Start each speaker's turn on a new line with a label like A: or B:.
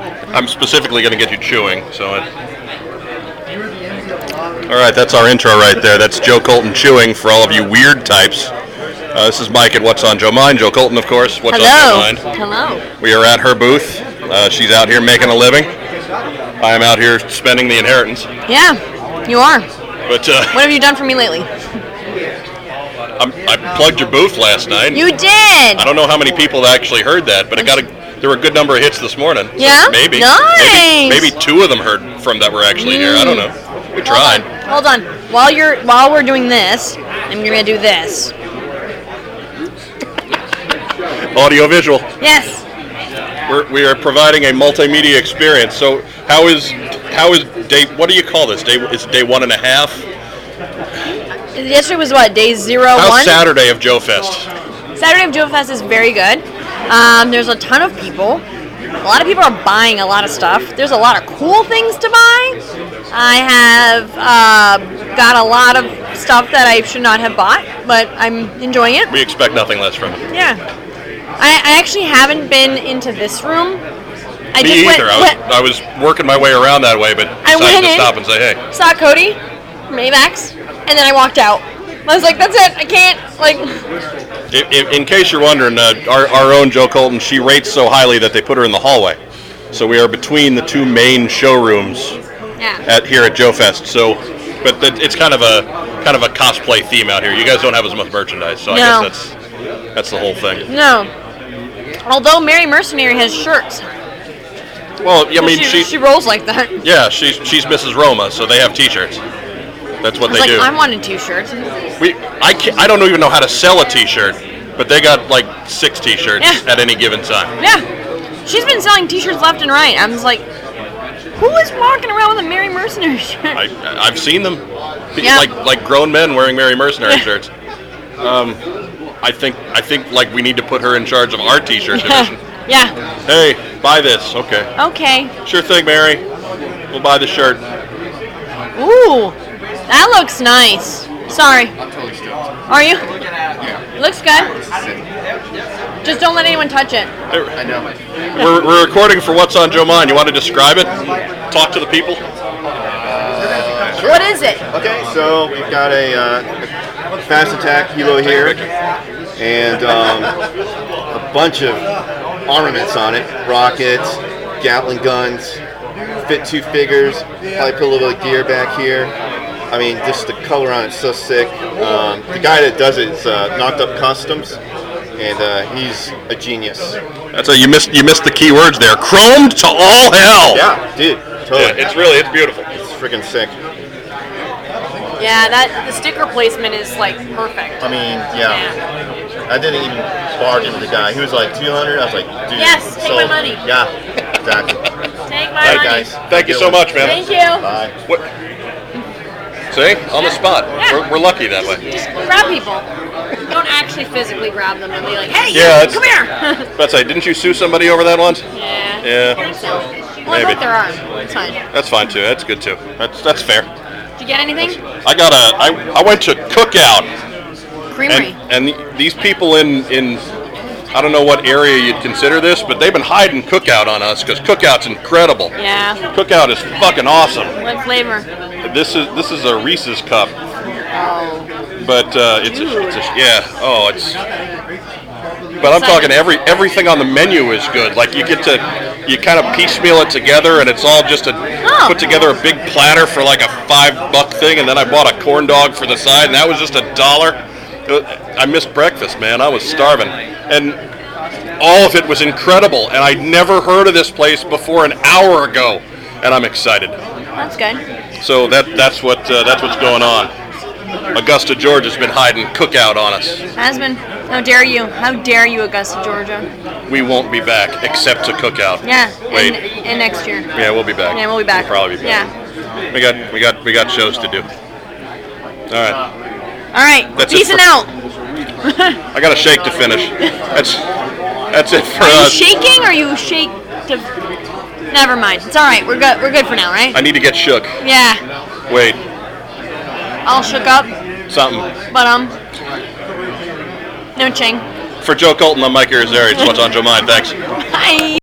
A: I'm specifically going to get you chewing. So, I-
B: You're the envy of a lot of people.
A: all right, that's our intro right there. That's Joe Colton chewing for all of you weird types. Uh, this is Mike at What's on Joe Mind. Joe Colton, of course. What's
C: Hello.
A: on Joe Mind?
C: Hello.
A: We are at her booth. Uh, she's out here making a living. I am out here spending the inheritance.
C: Yeah, you are.
A: But uh,
C: What have you done for me lately?
A: I'm, I plugged your booth last night.
C: You did.
A: I don't know how many people that actually heard that, but it got a. There were a good number of hits this morning. So
C: Yeah?
A: Maybe.
C: Nice.
A: Maybe, maybe two of them heard from that were actually here. I don't know. We tried.
C: Hold on. While you're while we're doing this, I'm gonna do this.
A: Audio visual.
C: Yes.
A: We're, we are providing a multimedia experience. So how is how is day? What do you call this? Day it's day one and a half.
C: Yesterday was what day zero
A: How's
C: one.
A: Saturday of Joe Fest?
C: Saturday of Duo Fest is very good. Um, there's a ton of people. A lot of people are buying a lot of stuff. There's a lot of cool things to buy. I have uh, got a lot of stuff that I should not have bought, but I'm enjoying it.
A: We expect nothing less from it.
C: Yeah. I, I actually haven't been into this room. I
A: Me
C: just went,
A: either.
C: went-
A: I, was, I was working my way around that way, but
C: I
A: decided
C: went
A: to
C: in.
A: stop and say, hey,
C: saw Cody from AVAX, and then I walked out. I was like, that's it. I can't. Like,
A: I- i- in, case you're wondering, uh, our, our own Joe Colton, she rates so highly that they put her in the hallway. So we are between the two main showrooms
C: yeah.
A: at here at Joe Fest. So, but that it's kind of a kind of a cosplay theme out here. You guys don't have as much merchandise, so I
C: No.
A: guess that's that's the whole thing.
C: No. Although Mary Mercenary has shirts.
A: Well, I mean,
C: she,
A: she,
C: she rolls like that.
A: yeah, she's she's Mrs. Roma, so they have T-shirts. That's what
C: I was
A: they
C: like,
A: do.
C: I wanted t-shirts.
A: we I can't, I don't even know how to sell a T-shirt, but they got like six T-shirts
C: Yeah.
A: at any given time.
C: Yeah. She's been selling t-shirts left and right. I'm just like, who is walking around with a Mary Mercenary shirt?
A: I I've seen them, Be-
C: Yeah.
A: like like grown men wearing Mary Mercenary
C: Yeah.
A: shirts. Um, I think I think like we need to put her in charge of our T-shirt division.
C: yeah. yeah.
A: Hey, buy this, okay?
C: Okay.
A: Sure thing, Mary. We'll buy the shirt.
C: Ooh, that looks nice. Sorry. Are you? Looks good. Just don't let anyone touch it.
A: I know. We're, we're recording for What's on Joe Mind. You want to describe it? Talk to the people?
C: What is it?
D: Okay, so we've got a uh, fast attack helo here, and um, a bunch of armaments on it: rockets, Gatling guns, fit two figures. Probably put a little bit of gear back here. I mean, just the color on it's so sick. Um, the guy that does it is uh, Knocked Up Customs, and uh, he's a genius.
A: That's a, you missed you missed the key words there. Chromed to all hell.
D: Yeah, dude,
A: Yeah,
D: totally.
A: it's really it's beautiful.
D: It's freaking sick.
C: Yeah, that the sticker placement is like perfect.
D: I mean, yeah. I didn't even bargain with the guy. He was like 200. I was like, dude.
C: Yes, take my
D: sold.
C: money.
D: Yeah, exactly.
C: Take my
D: Thank
C: money.
D: guys.
A: Thank you so much, man.
C: Thank you.
D: Bye.
A: What? See, on the spot.
C: Yeah.
A: We're, we're lucky that way.
C: Just grab people. Don't actually physically grab them and be like, hey,
A: Yeah,
C: you,
A: it's-
C: come here.
A: But say, didn't you sue somebody over that once?
C: yeah.
A: Yeah,
C: Well, I
A: Maybe.
C: broke their arm. It's fine.
A: that's fine too. That's good too. That's that's fair.
C: Did you get anything?
A: I got a I, I went to cookout
C: Creamery.
A: and, and these people in in I don't know what area you'd consider this, but they've been hiding Cookout on us because Cookout's incredible.
C: yeah.
A: Cookout is fucking awesome.
C: What flavor?
A: This is this is a Reese's cup,
C: Oh.
A: but uh, it's a, it's a, yeah oh it's. But I'm talking every everything on the menu is good. Like you get to you kind of piecemeal it together, and it's all just a
C: Oh.
A: put together a big platter for like a five buck thing, and then I bought a corn dog for the side, and that was just a dollar. Uh, I missed breakfast, man. I was starving, and all of it was incredible. And I'd never heard of this place before an hour ago, and I'm excited.
C: That's good.
A: So that that's what uh, that's what's going on. Augusta, Georgia has been hiding cookout on us.
C: Has been. How dare you? How dare you, Augusta, Georgia?
A: We won't be back except to cookout.
C: Yeah,
A: Wait.
C: and, and next year.
A: yeah, we'll be back.
C: Yeah, we'll be back.
A: probably be back. Yeah. We got we got we got shows to do. All right,
C: All right,
A: That's it
C: peace and
A: for-
C: out.
A: I got a shake to finish. That's that's it for
C: Are you
A: us.
C: shaking or you shake to? Never mind. It's all right. We're good. We're good for now, right?
A: I need to get shook.
C: Yeah,
A: Wait,
C: all shook up,
A: something
C: but um, no ching.
A: for Joe Colton. I'm Mike Irizarry. It's what's on Joe Mind. Thanks.
C: Hi.